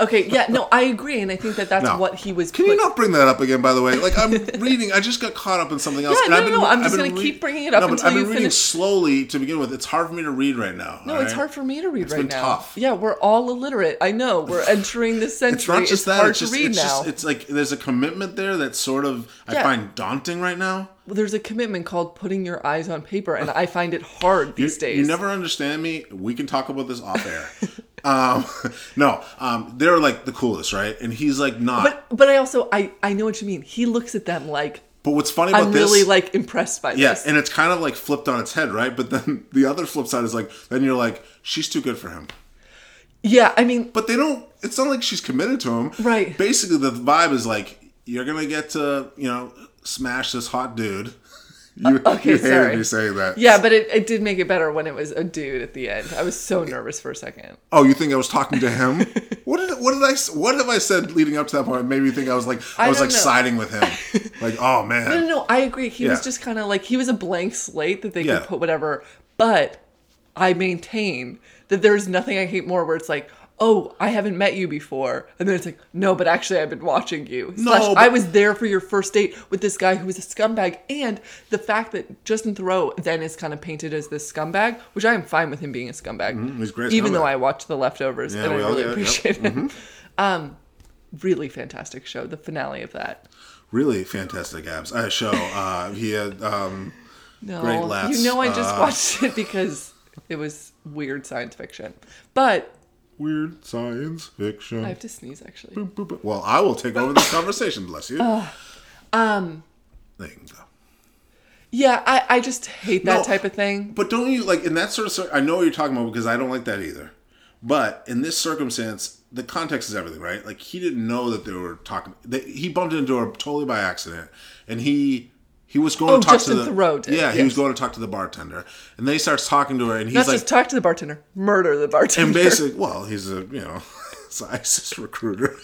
Speaker 2: Okay, yeah, no, I agree, and I think that that's
Speaker 1: No.
Speaker 2: what he was.
Speaker 1: can
Speaker 2: put-
Speaker 1: you not bring that up again? By the way, like I'm reading, I just got caught up in something else.
Speaker 2: Yeah,
Speaker 1: and
Speaker 2: no,
Speaker 1: I've been,
Speaker 2: no, I'm
Speaker 1: I've
Speaker 2: just
Speaker 1: been
Speaker 2: gonna keep bringing it up
Speaker 1: no, but
Speaker 2: until
Speaker 1: I've been
Speaker 2: you
Speaker 1: reading
Speaker 2: finish.
Speaker 1: slowly to begin with. It's hard for me to read right now.
Speaker 2: No, it's hard for me to read right
Speaker 1: been
Speaker 2: now.
Speaker 1: tough.
Speaker 2: Yeah, we're all illiterate. I know. We're entering this century.
Speaker 1: It's not just that.
Speaker 2: hard
Speaker 1: it's just,
Speaker 2: to read
Speaker 1: it's
Speaker 2: now.
Speaker 1: just, it's like there's a commitment there that's sort of I
Speaker 2: Yeah.
Speaker 1: find daunting right now.
Speaker 2: Well, There's a commitment called putting your eyes on paper, and I find it hard these
Speaker 1: you,
Speaker 2: days.
Speaker 1: You never understand me. We can talk about this off air. <laughs> um, no, um, they're like the coolest, right? And he's like not.
Speaker 2: But
Speaker 1: But,
Speaker 2: but I also I I know what you mean. He looks at them like
Speaker 1: what's funny about
Speaker 2: I'm
Speaker 1: this?
Speaker 2: really like impressed by
Speaker 1: Yeah,
Speaker 2: this.
Speaker 1: and it's kind of like flipped on its head, right? But then <laughs> the other flip side is like, then you're like, she's too good for him.
Speaker 2: yeah, I mean,
Speaker 1: But they don't. It's not like she's committed to him,
Speaker 2: Right.
Speaker 1: Basically, the vibe is like, you're gonna get to, you know, smash this hot dude. <laughs> You,
Speaker 2: okay,
Speaker 1: you hated
Speaker 2: sorry.
Speaker 1: me saying that.
Speaker 2: yeah, but it, it did make it better when it was a dude at the end. I was so nervous for a second.
Speaker 1: Oh, you think I was talking to
Speaker 2: <laughs>
Speaker 1: him? what did what did I s- what have I said leading up to that point? It made me think I was like I,
Speaker 2: I
Speaker 1: was
Speaker 2: don't
Speaker 1: like
Speaker 2: know.
Speaker 1: siding with him.
Speaker 2: <laughs>
Speaker 1: like, oh man.
Speaker 2: No, no, no, I agree. He
Speaker 1: Yeah.
Speaker 2: was just kind of like he was a blank slate that they
Speaker 1: Yeah.
Speaker 2: could put whatever. But I maintain that there's nothing I hate more where it's like, oh, I haven't met you before, and then it's like, no, but actually I've been watching you.
Speaker 1: No,
Speaker 2: Slash,
Speaker 1: but-
Speaker 2: I was there for your first date with this guy who was a scumbag, and the fact that Justin Thoreau then is kind of painted as this scumbag, which I am fine with him being a scumbag,
Speaker 1: Mm-hmm, he's a great
Speaker 2: even
Speaker 1: scumbag.
Speaker 2: though I watched The Leftovers
Speaker 1: Yeah,
Speaker 2: and I
Speaker 1: we all
Speaker 2: really
Speaker 1: did, yep. Mm-hmm.
Speaker 2: appreciate it. <laughs> Um, really fantastic show. The finale of that.
Speaker 1: Really fantastic abs. I show. Uh, he had. Um,
Speaker 2: No,
Speaker 1: Great laughs.
Speaker 2: you know I just
Speaker 1: Uh,
Speaker 2: watched <laughs> it because it was weird science fiction. But
Speaker 1: Weird science fiction.
Speaker 2: I have to sneeze actually.
Speaker 1: Boop, boop. Well, I will take over this conversation. Bless you. um.
Speaker 2: Um,
Speaker 1: There you can go.
Speaker 2: Yeah, I, I just hate that
Speaker 1: No,
Speaker 2: type of thing.
Speaker 1: But don't you like in that sort of? cir- I know what you're talking about because I don't like that either. But in this circumstance, the context is everything, right? Like he didn't know that they were talking. That he bumped into her totally by accident, and he he was going
Speaker 2: Oh,
Speaker 1: to talk
Speaker 2: Justin
Speaker 1: to the
Speaker 2: Theroux did,
Speaker 1: yeah he was
Speaker 2: yes.
Speaker 1: going to talk to the bartender, and then he starts talking to her, and he's
Speaker 2: Not
Speaker 1: like,
Speaker 2: just talk to the bartender, murder the bartender.
Speaker 1: <laughs> and basically, well, he's a you know, <laughs> it's an ISIS recruiter.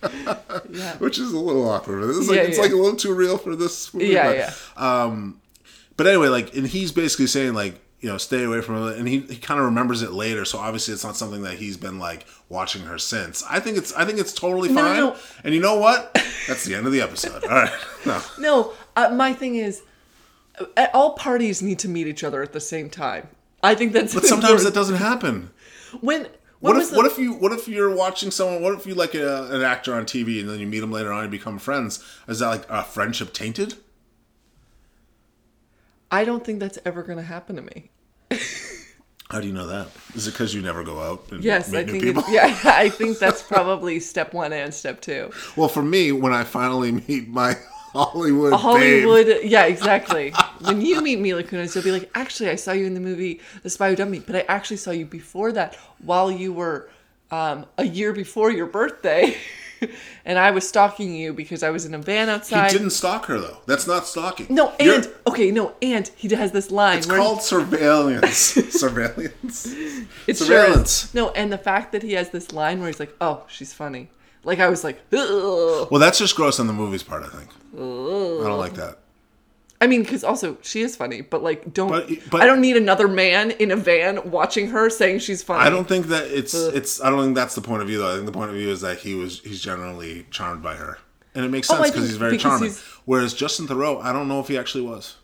Speaker 2: <laughs> Yeah.
Speaker 1: <laughs> Which is a little awkward. It's like
Speaker 2: Yeah,
Speaker 1: it's
Speaker 2: yeah.
Speaker 1: like a little too real for this. Movie,
Speaker 2: <laughs> Yeah,
Speaker 1: but-
Speaker 2: yeah.
Speaker 1: but anyway, like, and he's basically saying like, you know, stay away from it. And he, he kind of remembers it later, so obviously it's not something that he's been like watching her since. I think it's I think it's totally
Speaker 2: No, no,
Speaker 1: fine.
Speaker 2: no.
Speaker 1: And you know what? That's the end of the episode. All right. <laughs> No.
Speaker 2: No, uh, my thing is, uh, all parties need to meet each other at the same time. I think that's
Speaker 1: But sometimes that doesn't happen.
Speaker 2: when
Speaker 1: What,
Speaker 2: was
Speaker 1: if
Speaker 2: the-
Speaker 1: what if you what if you're watching someone? What if you like a, an actor on TV and then you meet them later on and become friends? Is that like a friendship tainted?
Speaker 2: I don't think that's ever going to happen to me.
Speaker 1: How do you know that? Is it because you never go out and
Speaker 2: Yes,
Speaker 1: meet
Speaker 2: I
Speaker 1: new
Speaker 2: think
Speaker 1: people?
Speaker 2: it, <laughs> yeah, I think that's probably step one and step two.
Speaker 1: <laughs> Well, for me, when I finally meet my <laughs> Hollywood, Hollywood. <laughs>
Speaker 2: Hollywood, yeah, exactly. when you meet Mila Kunis, you'll be like, actually, I saw you in the movie The Spy Who Dumped Me, but I actually saw you before that, while you were um, a year before your birthday, <laughs> and I was stalking you because I was in a van
Speaker 1: Babe.
Speaker 2: outside.
Speaker 1: He didn't stalk her though. That's not stalking.
Speaker 2: no,
Speaker 1: You're-
Speaker 2: and okay, no, and he has this line.
Speaker 1: it's
Speaker 2: where-
Speaker 1: called surveillance.
Speaker 2: <laughs>
Speaker 1: surveillance.
Speaker 2: It's
Speaker 1: surveillance.
Speaker 2: No, and the fact that he has this line where he's like, "Oh, she's funny," like I was like, Ugh.
Speaker 1: Well, that's just gross on the movies part. I think. I don't like that.
Speaker 2: I mean, because also she is funny, but like, don't
Speaker 1: But- but-
Speaker 2: I don't need another man in a van watching her saying she's funny.
Speaker 1: I don't think that it's it's. I don't think that's the point of view though. I think the point of view is that he was he's generally charmed by her, and it makes
Speaker 2: Oh, I
Speaker 1: sense because
Speaker 2: think-
Speaker 1: he's very
Speaker 2: because
Speaker 1: charming.
Speaker 2: he's-
Speaker 1: Whereas Justin Thoreau, I don't know if he actually was.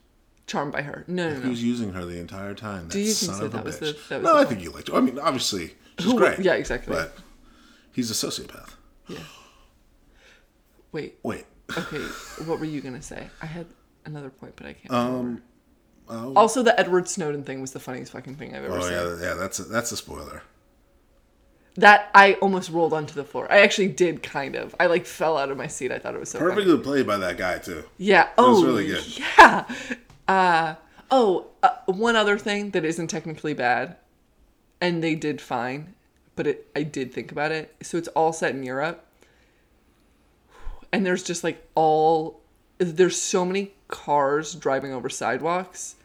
Speaker 2: charmed by her. No, no,
Speaker 1: He
Speaker 2: no.
Speaker 1: was using her the entire time. That
Speaker 2: you think
Speaker 1: son
Speaker 2: so?
Speaker 1: of a
Speaker 2: That was
Speaker 1: bitch.
Speaker 2: the- that was
Speaker 1: no,
Speaker 2: the
Speaker 1: I think you liked. Her. I mean, obviously she's
Speaker 2: Who-
Speaker 1: great.
Speaker 2: yeah, exactly.
Speaker 1: But he's a sociopath.
Speaker 2: Wait.
Speaker 1: Wait,
Speaker 2: Okay. what were you gonna say? I had another point, but I can't. Um. also, the Edward Snowden thing was the funniest fucking thing I've ever
Speaker 1: oh
Speaker 2: seen.
Speaker 1: yeah, yeah. That's a, that's a spoiler.
Speaker 2: That I almost rolled onto the floor. I actually did, kind of. I like fell out of my seat. I thought it was so funny.
Speaker 1: Perfectly played by that guy too.
Speaker 2: Yeah.
Speaker 1: It
Speaker 2: Oh,
Speaker 1: was really good.
Speaker 2: yeah. Uh, oh, uh, one other thing that isn't technically bad, and they did fine, but it, I did think about it. So it's all set in Europe, and there's just like all there's so many cars driving
Speaker 1: <laughs>
Speaker 2: over sidewalks,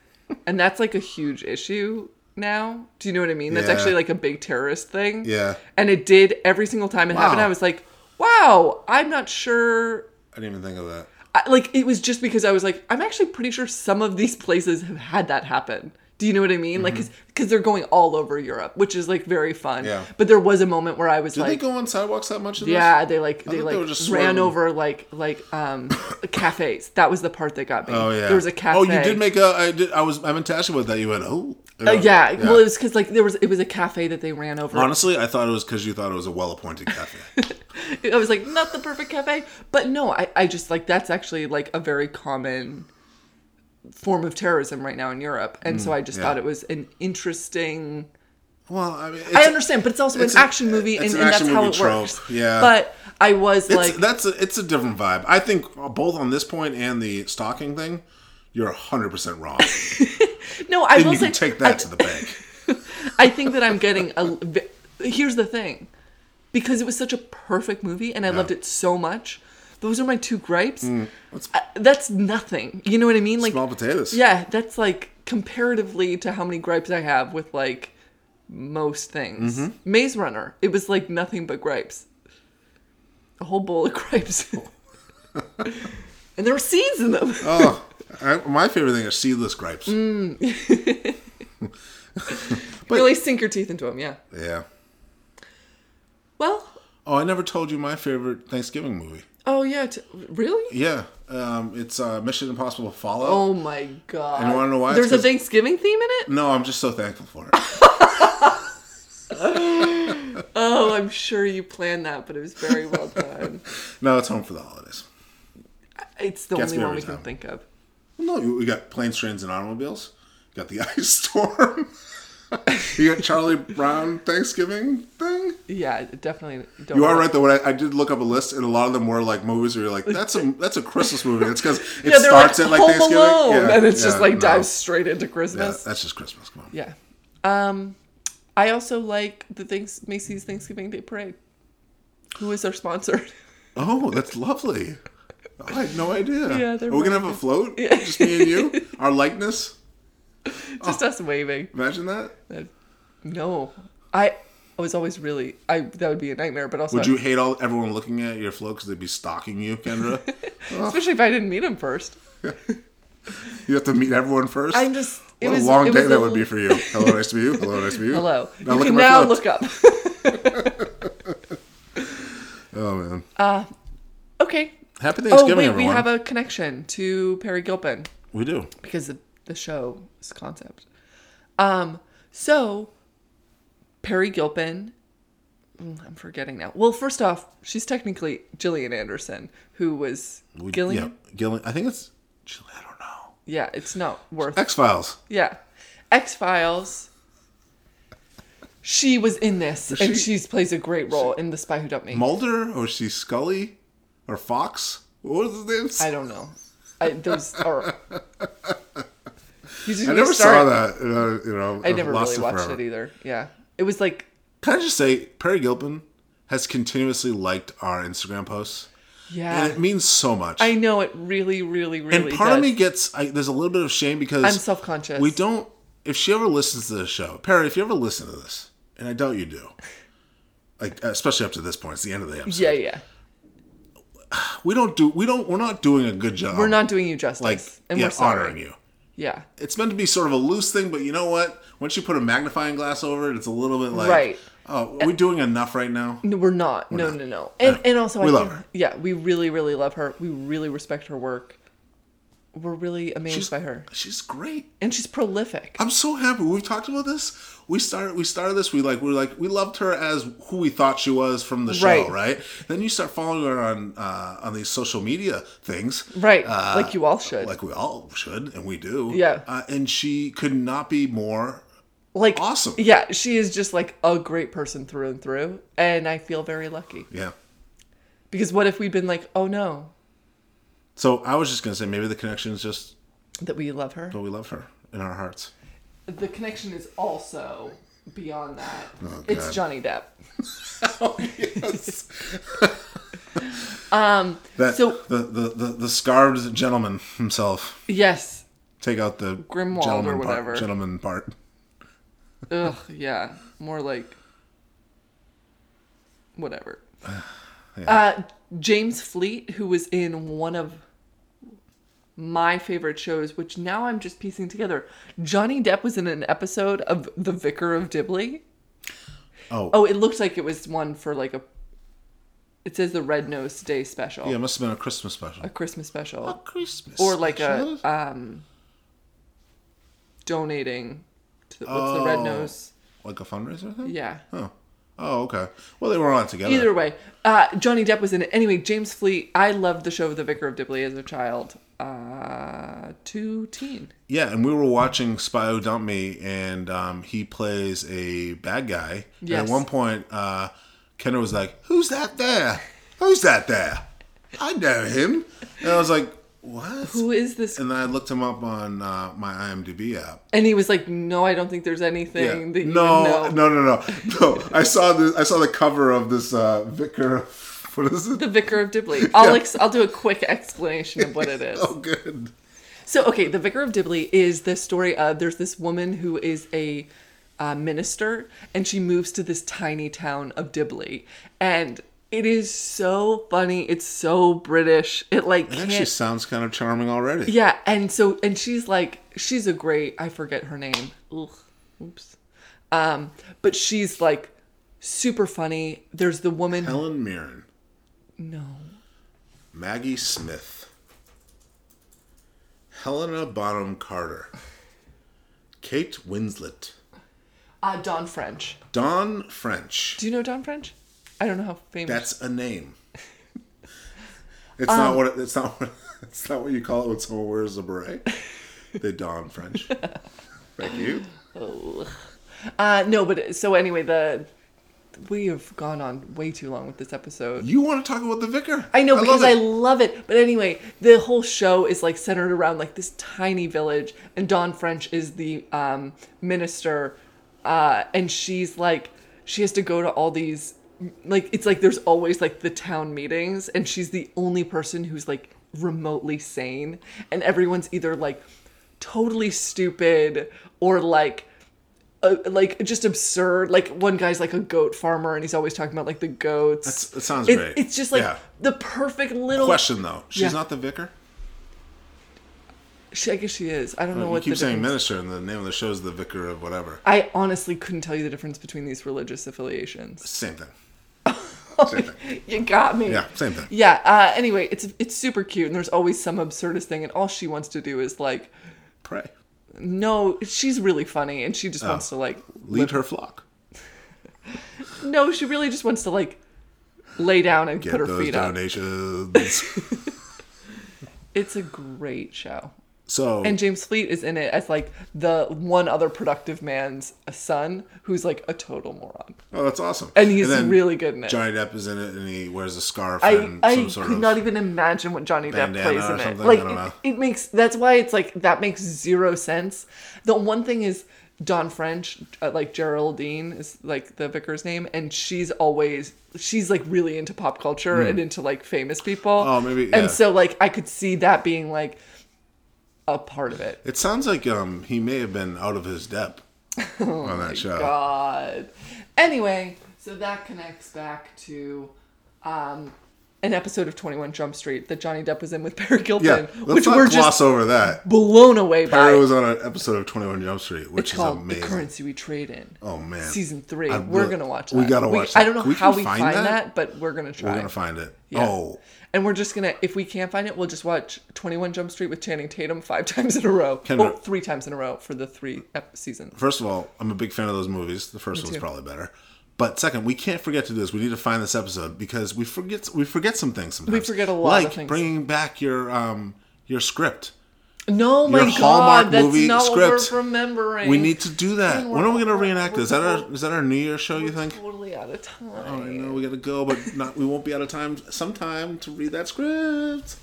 Speaker 2: and that's like a huge issue now. Do you know what I mean? That's
Speaker 1: Yeah.
Speaker 2: actually like a big terrorist thing.
Speaker 1: Yeah.
Speaker 2: And it did every single time it happened.
Speaker 1: Wow.
Speaker 2: I was like, wow, I'm not sure
Speaker 1: I didn't even think of that.
Speaker 2: I, like it was just because I was like, I'm actually pretty sure some of these places have had that happen. Do you know what I mean? Like, because they're going all over Europe, which is like very fun.
Speaker 1: Mm-hmm. Yeah.
Speaker 2: But there was a moment where I was
Speaker 1: Do they
Speaker 2: like,
Speaker 1: go on sidewalks that much? In this?
Speaker 2: yeah, they like they
Speaker 1: thought
Speaker 2: like
Speaker 1: they were just
Speaker 2: ran
Speaker 1: swerving.
Speaker 2: over like like um
Speaker 1: <coughs>
Speaker 2: cafes. That was the part that got me.
Speaker 1: Oh yeah.
Speaker 2: There was a cafe.
Speaker 1: Oh, you did make a. I did. I was. I meant to ask you about that. You went. Oh.
Speaker 2: Uh, yeah. Well, it was because like there was it was a cafe that they ran over.
Speaker 1: Honestly, I thought it was because you thought it was a well-appointed
Speaker 2: <laughs>
Speaker 1: cafe.
Speaker 2: I was like, not the perfect cafe, but no, I, I just like that's actually like a very common form of terrorism right now in Europe, and so I just
Speaker 1: Mm, yeah.
Speaker 2: thought it was an interesting.
Speaker 1: well, I mean, it's,
Speaker 2: I understand, but it's also
Speaker 1: it's
Speaker 2: an
Speaker 1: an-
Speaker 2: action movie,
Speaker 1: it's
Speaker 2: and,
Speaker 1: an
Speaker 2: and
Speaker 1: action
Speaker 2: that's how
Speaker 1: movie
Speaker 2: it works.
Speaker 1: trope, yeah.
Speaker 2: But I was
Speaker 1: It's,
Speaker 2: like,
Speaker 1: that's a, it's a different vibe. I think both on this point and the stalking thing, you're hundred percent wrong.
Speaker 2: <laughs> no, I
Speaker 1: and
Speaker 2: will
Speaker 1: you
Speaker 2: say,
Speaker 1: can take
Speaker 2: I-
Speaker 1: that to the bank.
Speaker 2: I think that I'm getting a. v- Here's the thing, because it was such a perfect movie and I loved it so much. Those are my two gripes.
Speaker 1: Mm.
Speaker 2: I- that's nothing. You know what I mean? <laughs> Like
Speaker 1: Small potatoes.
Speaker 2: Yeah, that's like comparatively to how many gripes I have with like most things.
Speaker 1: Mm-hmm.
Speaker 2: Maze Runner, it was like nothing but gripes. A whole bowl
Speaker 1: <laughs>
Speaker 2: of <laughs> gripes. and there were seeds in them.
Speaker 1: Oh, I, my favorite thing are seedless gripes.
Speaker 2: Mm. really sink your teeth into them, yeah.
Speaker 1: Yeah.
Speaker 2: Well,
Speaker 1: Oh, I never told you my favorite Thanksgiving movie.
Speaker 2: oh yeah, t- really?
Speaker 1: Yeah, um, it's uh, Mission Impossible Fallout.
Speaker 2: Oh my god.
Speaker 1: And you wanna know why? It's
Speaker 2: There's a
Speaker 1: 'cause-
Speaker 2: Thanksgiving theme in it?
Speaker 1: No, I'm just so thankful for it. <coughs>
Speaker 2: Oh, I'm sure you planned that, but it was very
Speaker 1: <laughs>
Speaker 2: well done.
Speaker 1: no, it's home for the holidays.
Speaker 2: It's the
Speaker 1: Gets
Speaker 2: only
Speaker 1: me
Speaker 2: one
Speaker 1: every
Speaker 2: we
Speaker 1: time.
Speaker 2: can think of.
Speaker 1: No, you- we got planes, trains, and automobiles. You got the <laughs> ice storm. <laughs> you got Charlie Brown Thanksgiving thing.
Speaker 2: Yeah, definitely don't
Speaker 1: You are
Speaker 2: worry.
Speaker 1: right though. When I, I did look up a list, and a lot of them were like movies where you're like, "That's a that's a Christmas movie." It's
Speaker 2: <laughs>
Speaker 1: because it
Speaker 2: yeah, they're
Speaker 1: starts
Speaker 2: like,
Speaker 1: at like
Speaker 2: Home
Speaker 1: Thanksgiving,
Speaker 2: Alone,
Speaker 1: Yeah,
Speaker 2: and it's
Speaker 1: yeah,
Speaker 2: just like
Speaker 1: no.
Speaker 2: dives straight into
Speaker 1: Yeah,
Speaker 2: Christmas.
Speaker 1: that's just Christmas. Come on.
Speaker 2: Yeah. Um, I also like the things Macy's Thanksgiving Day Parade. Who is our sponsor? <laughs>
Speaker 1: Oh, that's lovely. I had no idea.
Speaker 2: Yeah, they're
Speaker 1: Are we gonna
Speaker 2: really
Speaker 1: have a float?
Speaker 2: <laughs>
Speaker 1: Just me and you. Our likeness. Oh.
Speaker 2: just us waving.
Speaker 1: Imagine that.
Speaker 2: That- No, I. I was always really I that would be a nightmare, but also
Speaker 1: Would you hate all everyone looking at your float because they'd be stalking you, <laughs> Kendra?
Speaker 2: especially if I didn't meet him first.
Speaker 1: you have to meet everyone first.
Speaker 2: I'm just it
Speaker 1: What
Speaker 2: was
Speaker 1: a long
Speaker 2: it
Speaker 1: day
Speaker 2: was
Speaker 1: that
Speaker 2: a-
Speaker 1: would be for you. Hello, nice to meet you. Hello, nice to meet you.
Speaker 2: <laughs> Hello,
Speaker 1: Now
Speaker 2: you
Speaker 1: look at
Speaker 2: can
Speaker 1: my
Speaker 2: now
Speaker 1: float.
Speaker 2: look up. <laughs>
Speaker 1: Oh man.
Speaker 2: okay.
Speaker 1: Happy
Speaker 2: Oh
Speaker 1: Thanksgiving,
Speaker 2: wait, we
Speaker 1: everyone.
Speaker 2: have a connection to Perry Gilpin.
Speaker 1: we do.
Speaker 2: because of the show's concept. Um, so Perry Gilpin mm, I'm forgetting now. Well, first off, she's technically Gillian Anderson, who was
Speaker 1: We-
Speaker 2: Gillian.
Speaker 1: Yeah, Gillian. I think it's. Gill- I don't know.
Speaker 2: Yeah, it's not worth.
Speaker 1: X Files.
Speaker 2: yeah, X Files. She was in this, and
Speaker 1: She-
Speaker 2: she's plays a great role in The Spy Who Dumped Me.
Speaker 1: Mulder or is she Scully or Fox? What was his name?
Speaker 2: I don't know. I,
Speaker 1: <laughs>
Speaker 2: those are. You just
Speaker 1: I
Speaker 2: need to
Speaker 1: never saw
Speaker 2: start-
Speaker 1: that. in a- you know,
Speaker 2: I never really watched it either. Yeah, it was like
Speaker 1: Can I just say, Perry Gilpin has continuously liked our Instagram posts,
Speaker 2: yeah.
Speaker 1: and it means so much.
Speaker 2: I know it really, really, really.
Speaker 1: and part
Speaker 2: does.
Speaker 1: of me gets I, there's a little bit of shame because
Speaker 2: I'm self-conscious.
Speaker 1: We don't. If she ever listens to the show, Perry, if you ever listen to this, and I doubt you do, like especially up to this point, it's the end of the episode.
Speaker 2: Yeah, yeah.
Speaker 1: We don't do. We don't. We're not doing a good job.
Speaker 2: We're not doing you justice,
Speaker 1: like
Speaker 2: and
Speaker 1: yeah,
Speaker 2: we're sorry.
Speaker 1: honoring you.
Speaker 2: Yeah,
Speaker 1: It's meant to be sort of a loose thing, but you know what? Once you put a magnifying glass over it, it's a little bit like,
Speaker 2: Right.
Speaker 1: Oh, are we doing enough right now?
Speaker 2: no, we're not. no, no, no. And and also,
Speaker 1: We
Speaker 2: I
Speaker 1: love
Speaker 2: think-
Speaker 1: her.
Speaker 2: Yeah, we really, really love her. We really respect her work. We're really amazed by her,
Speaker 1: She's great.
Speaker 2: and she's prolific.
Speaker 1: I'm so happy. We've talked about this. We started. We started this. We like. We are like. We loved her as who we thought she was from the show,
Speaker 2: Right.
Speaker 1: right? Then you start following her on uh, on these social media things,
Speaker 2: Right,
Speaker 1: Uh,
Speaker 2: like you all should.
Speaker 1: Like
Speaker 2: Like,
Speaker 1: we all should, and we do.
Speaker 2: Yeah.
Speaker 1: Uh, and she could not be more. awesome.
Speaker 2: Yeah, she is just like a great person through and through, and I feel very lucky.
Speaker 1: Yeah.
Speaker 2: Because what if we'd been like, oh no,
Speaker 1: So I was just gonna say maybe the connection is just
Speaker 2: that we love her?
Speaker 1: that we love her in our hearts.
Speaker 2: The connection is also beyond that.
Speaker 1: Oh,
Speaker 2: it's
Speaker 1: God. Oh,
Speaker 2: Johnny
Speaker 1: <laughs>
Speaker 2: Depp.
Speaker 1: Yes. um. That,
Speaker 2: so-
Speaker 1: the, the the the scarved gentleman himself. <laughs>
Speaker 2: Yes.
Speaker 1: Take out the
Speaker 2: Grimwald or
Speaker 1: gentleman part-
Speaker 2: whatever.
Speaker 1: gentleman part.
Speaker 2: Ugh. Yeah. More like whatever.
Speaker 1: <sighs>
Speaker 2: Uh, James Fleet, who was in one of my favorite shows, which now I'm just piecing together. Johnny Depp was in an episode of The Vicar of Dibley.
Speaker 1: Oh.
Speaker 2: Oh, it looked like it was one for like a. It says the Red Nose Day special,
Speaker 1: Yeah, it must have been a Christmas special.
Speaker 2: a Christmas special.
Speaker 1: Christmas.
Speaker 2: or like a um donating to the, what's the red
Speaker 1: Oh.
Speaker 2: nose
Speaker 1: like a fundraiser thing.
Speaker 2: yeah
Speaker 1: Oh. Oh, okay. Well, they were on it together.
Speaker 2: either way uh johnny depp was in it anyway james fleet i loved the show the vicar of dibley as a child uh to teen
Speaker 1: Yeah, and we were watching Spy Who Dumped Me, and um, he plays a bad guy. And
Speaker 2: Yes.
Speaker 1: at one point, uh, Kenner was like, "Who's that there? Who's that there? I know him." And I was like, "What?"
Speaker 2: who is this
Speaker 1: and then I looked him up on uh, my IMDb app.
Speaker 2: and he was like no i don't think there's anything that you
Speaker 1: No,
Speaker 2: would know.
Speaker 1: no, no, no, no. I saw the I saw the cover of this uh, Vicar. <laughs> What is it?
Speaker 2: the vicar of
Speaker 1: <laughs>
Speaker 2: dibley i'll ex- i'll do a quick explanation of what it is
Speaker 1: Oh, good.
Speaker 2: So, okay, The Vicar of Dibley is the story of there's this woman who is a uh, minister and she moves to this tiny town of Dibley. And it is so funny. It's so British. It like
Speaker 1: It
Speaker 2: can't.
Speaker 1: actually sounds kind of charming already.
Speaker 2: Yeah, and so and she's like she's a great I forget her name. Ugh, oops. Um, but she's like super funny. There's the woman.
Speaker 1: Helen Mirren,
Speaker 2: No.
Speaker 1: Maggie Smith, Helena Bonham Carter, Kate Winslet,
Speaker 2: Uh, Don French.
Speaker 1: Don French.
Speaker 2: Do you know Don French? I don't know how famous.
Speaker 1: That's a name. It's
Speaker 2: Um,
Speaker 1: not what it- it's not what <laughs> it's not what you call it when someone wears a beret. They don French. Thank you.
Speaker 2: Uh, no, but so anyway, the we have gone on way too long with this episode.
Speaker 1: You want to talk about the vicar?
Speaker 2: I know because
Speaker 1: love
Speaker 2: I
Speaker 1: it.
Speaker 2: love it. But anyway, the whole show is like centered around like this tiny village, and Don French is the um, minister, uh, and she's like she has to go to all these like it's like there's always like the town meetings, and she's the only person who's like remotely sane, and everyone's either like totally stupid or like uh, like just absurd. Like one guy's like a goat farmer, and he's always talking about like the goats.
Speaker 1: That's- that sounds
Speaker 2: It-
Speaker 1: great.
Speaker 2: It's just like
Speaker 1: Yeah.
Speaker 2: the perfect little.
Speaker 1: Question though, she's
Speaker 2: Yeah.
Speaker 1: not the vicar.
Speaker 2: She, I guess she is. I don't know
Speaker 1: Uh, You
Speaker 2: what
Speaker 1: keep
Speaker 2: the
Speaker 1: saying
Speaker 2: difference-
Speaker 1: minister, and the name of the show is the vicar of whatever.
Speaker 2: I honestly couldn't tell you the difference between these religious affiliations.
Speaker 1: Same thing.
Speaker 2: <laughs>
Speaker 1: Same thing.
Speaker 2: You got me.
Speaker 1: Yeah, same thing.
Speaker 2: Yeah. Uh, anyway, it's it's super cute, and there's always some absurdist thing, and all she wants to do is like,
Speaker 1: Pray. Oh.
Speaker 2: no, she's really funny, and she just wants to like
Speaker 1: Lead her flock.
Speaker 2: No, she really just wants to like lay down and
Speaker 1: Get
Speaker 2: put her
Speaker 1: those
Speaker 2: feet up. <laughs>
Speaker 1: donations.
Speaker 2: It's a great show.
Speaker 1: so
Speaker 2: And James Fleet is in it as like the one other productive man's son who's like a total moron.
Speaker 1: oh, that's awesome.
Speaker 2: And he's
Speaker 1: then
Speaker 2: really good in it.
Speaker 1: Johnny Depp is in it, and he wears a scarf
Speaker 2: I,
Speaker 1: and
Speaker 2: I
Speaker 1: some sort
Speaker 2: could
Speaker 1: of.
Speaker 2: not e-, even imagine what Johnny Depp
Speaker 1: bandana
Speaker 2: plays
Speaker 1: or
Speaker 2: in it.
Speaker 1: something,
Speaker 2: Like
Speaker 1: I don't know.
Speaker 2: it, it makes that's why it's like that makes zero sense. The one thing is Don French, uh, like Geraldine is like the vicar's name, and she's always she's like really into pop culture and into like famous people.
Speaker 1: Hmm. Oh, maybe, yeah.
Speaker 2: And so like I could see that being like a part of it.
Speaker 1: It sounds like um he may have been out of his
Speaker 2: <laughs>
Speaker 1: depth on that show.
Speaker 2: Oh God. Anyway, so that connects back to um, an episode of 21 Jump Street that Johnny Depp was in with Barry
Speaker 1: Yeah,
Speaker 2: Gilpin,
Speaker 1: let's
Speaker 2: which
Speaker 1: not
Speaker 2: we're
Speaker 1: gloss
Speaker 2: just
Speaker 1: over that.
Speaker 2: blown away by.
Speaker 1: Perry was on an episode of Twenty One Jump Street, which
Speaker 2: it's
Speaker 1: is
Speaker 2: called The
Speaker 1: amazing.
Speaker 2: Currency We Trade In.
Speaker 1: Oh man,
Speaker 2: Season three.
Speaker 1: I
Speaker 2: we're
Speaker 1: really-
Speaker 2: gonna watch that.
Speaker 1: We gotta watch. that.
Speaker 2: I don't know
Speaker 1: We
Speaker 2: how
Speaker 1: can
Speaker 2: we find, that? but we're gonna try.
Speaker 1: We're gonna find it.
Speaker 2: Yeah.
Speaker 1: Oh,
Speaker 2: And we're just gonna if we can't find it, we'll just watch Twenty One Jump Street with Channing Tatum five <laughs> times in a row.
Speaker 1: Can
Speaker 2: well,
Speaker 1: we-
Speaker 2: three times in a row for the three ep- seasons.
Speaker 1: first of all, I'm a big fan of those movies. The first one's
Speaker 2: too.
Speaker 1: probably better. But second, we can't forget to do this. We need to find this episode because we forget we forget some things sometimes.
Speaker 2: forget a lot
Speaker 1: like
Speaker 2: of things.
Speaker 1: bringing back your um your script.
Speaker 2: No, my
Speaker 1: Your Hallmark
Speaker 2: God, that's
Speaker 1: movie
Speaker 2: not
Speaker 1: script.
Speaker 2: what we're remembering.
Speaker 1: We need to do that.
Speaker 2: Dang,
Speaker 1: When are we
Speaker 2: we're-
Speaker 1: gonna reenact this?
Speaker 2: we're-
Speaker 1: Is that our
Speaker 2: we're-
Speaker 1: is that our New Year's show? You
Speaker 2: We're
Speaker 1: think?
Speaker 2: Totally out of time.
Speaker 1: I know we gotta go,
Speaker 2: <laughs>
Speaker 1: but not we won't be out of time sometime to read that script.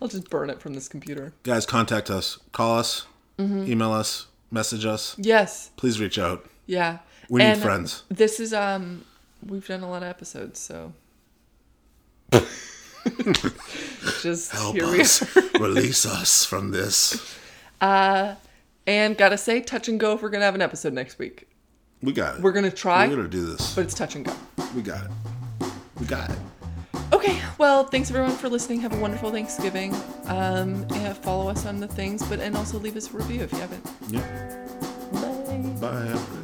Speaker 2: I'll just burn it from this computer.
Speaker 1: Guys, contact us, call us,
Speaker 2: Mm-hmm.
Speaker 1: email us, message us.
Speaker 2: Yes.
Speaker 1: Please reach out.
Speaker 2: Yeah.
Speaker 1: We need
Speaker 2: And
Speaker 1: friends.
Speaker 2: This is um we've done a lot of
Speaker 1: <laughs>
Speaker 2: episodes, so just
Speaker 1: Help
Speaker 2: here
Speaker 1: us.
Speaker 2: we are. <laughs>
Speaker 1: Release us from this.
Speaker 2: Uh, And gotta say, touch and go if we're gonna have an episode next week.
Speaker 1: We got it.
Speaker 2: We're gonna try,
Speaker 1: We're gonna do this.
Speaker 2: but it's touch and go.
Speaker 1: We got it. We got it.
Speaker 2: Okay, well, thanks everyone for listening. Have a wonderful Thanksgiving. Um, yeah, follow us on the things, but and also leave us a review if you haven't.
Speaker 1: Yep.
Speaker 2: Bye.
Speaker 1: Bye.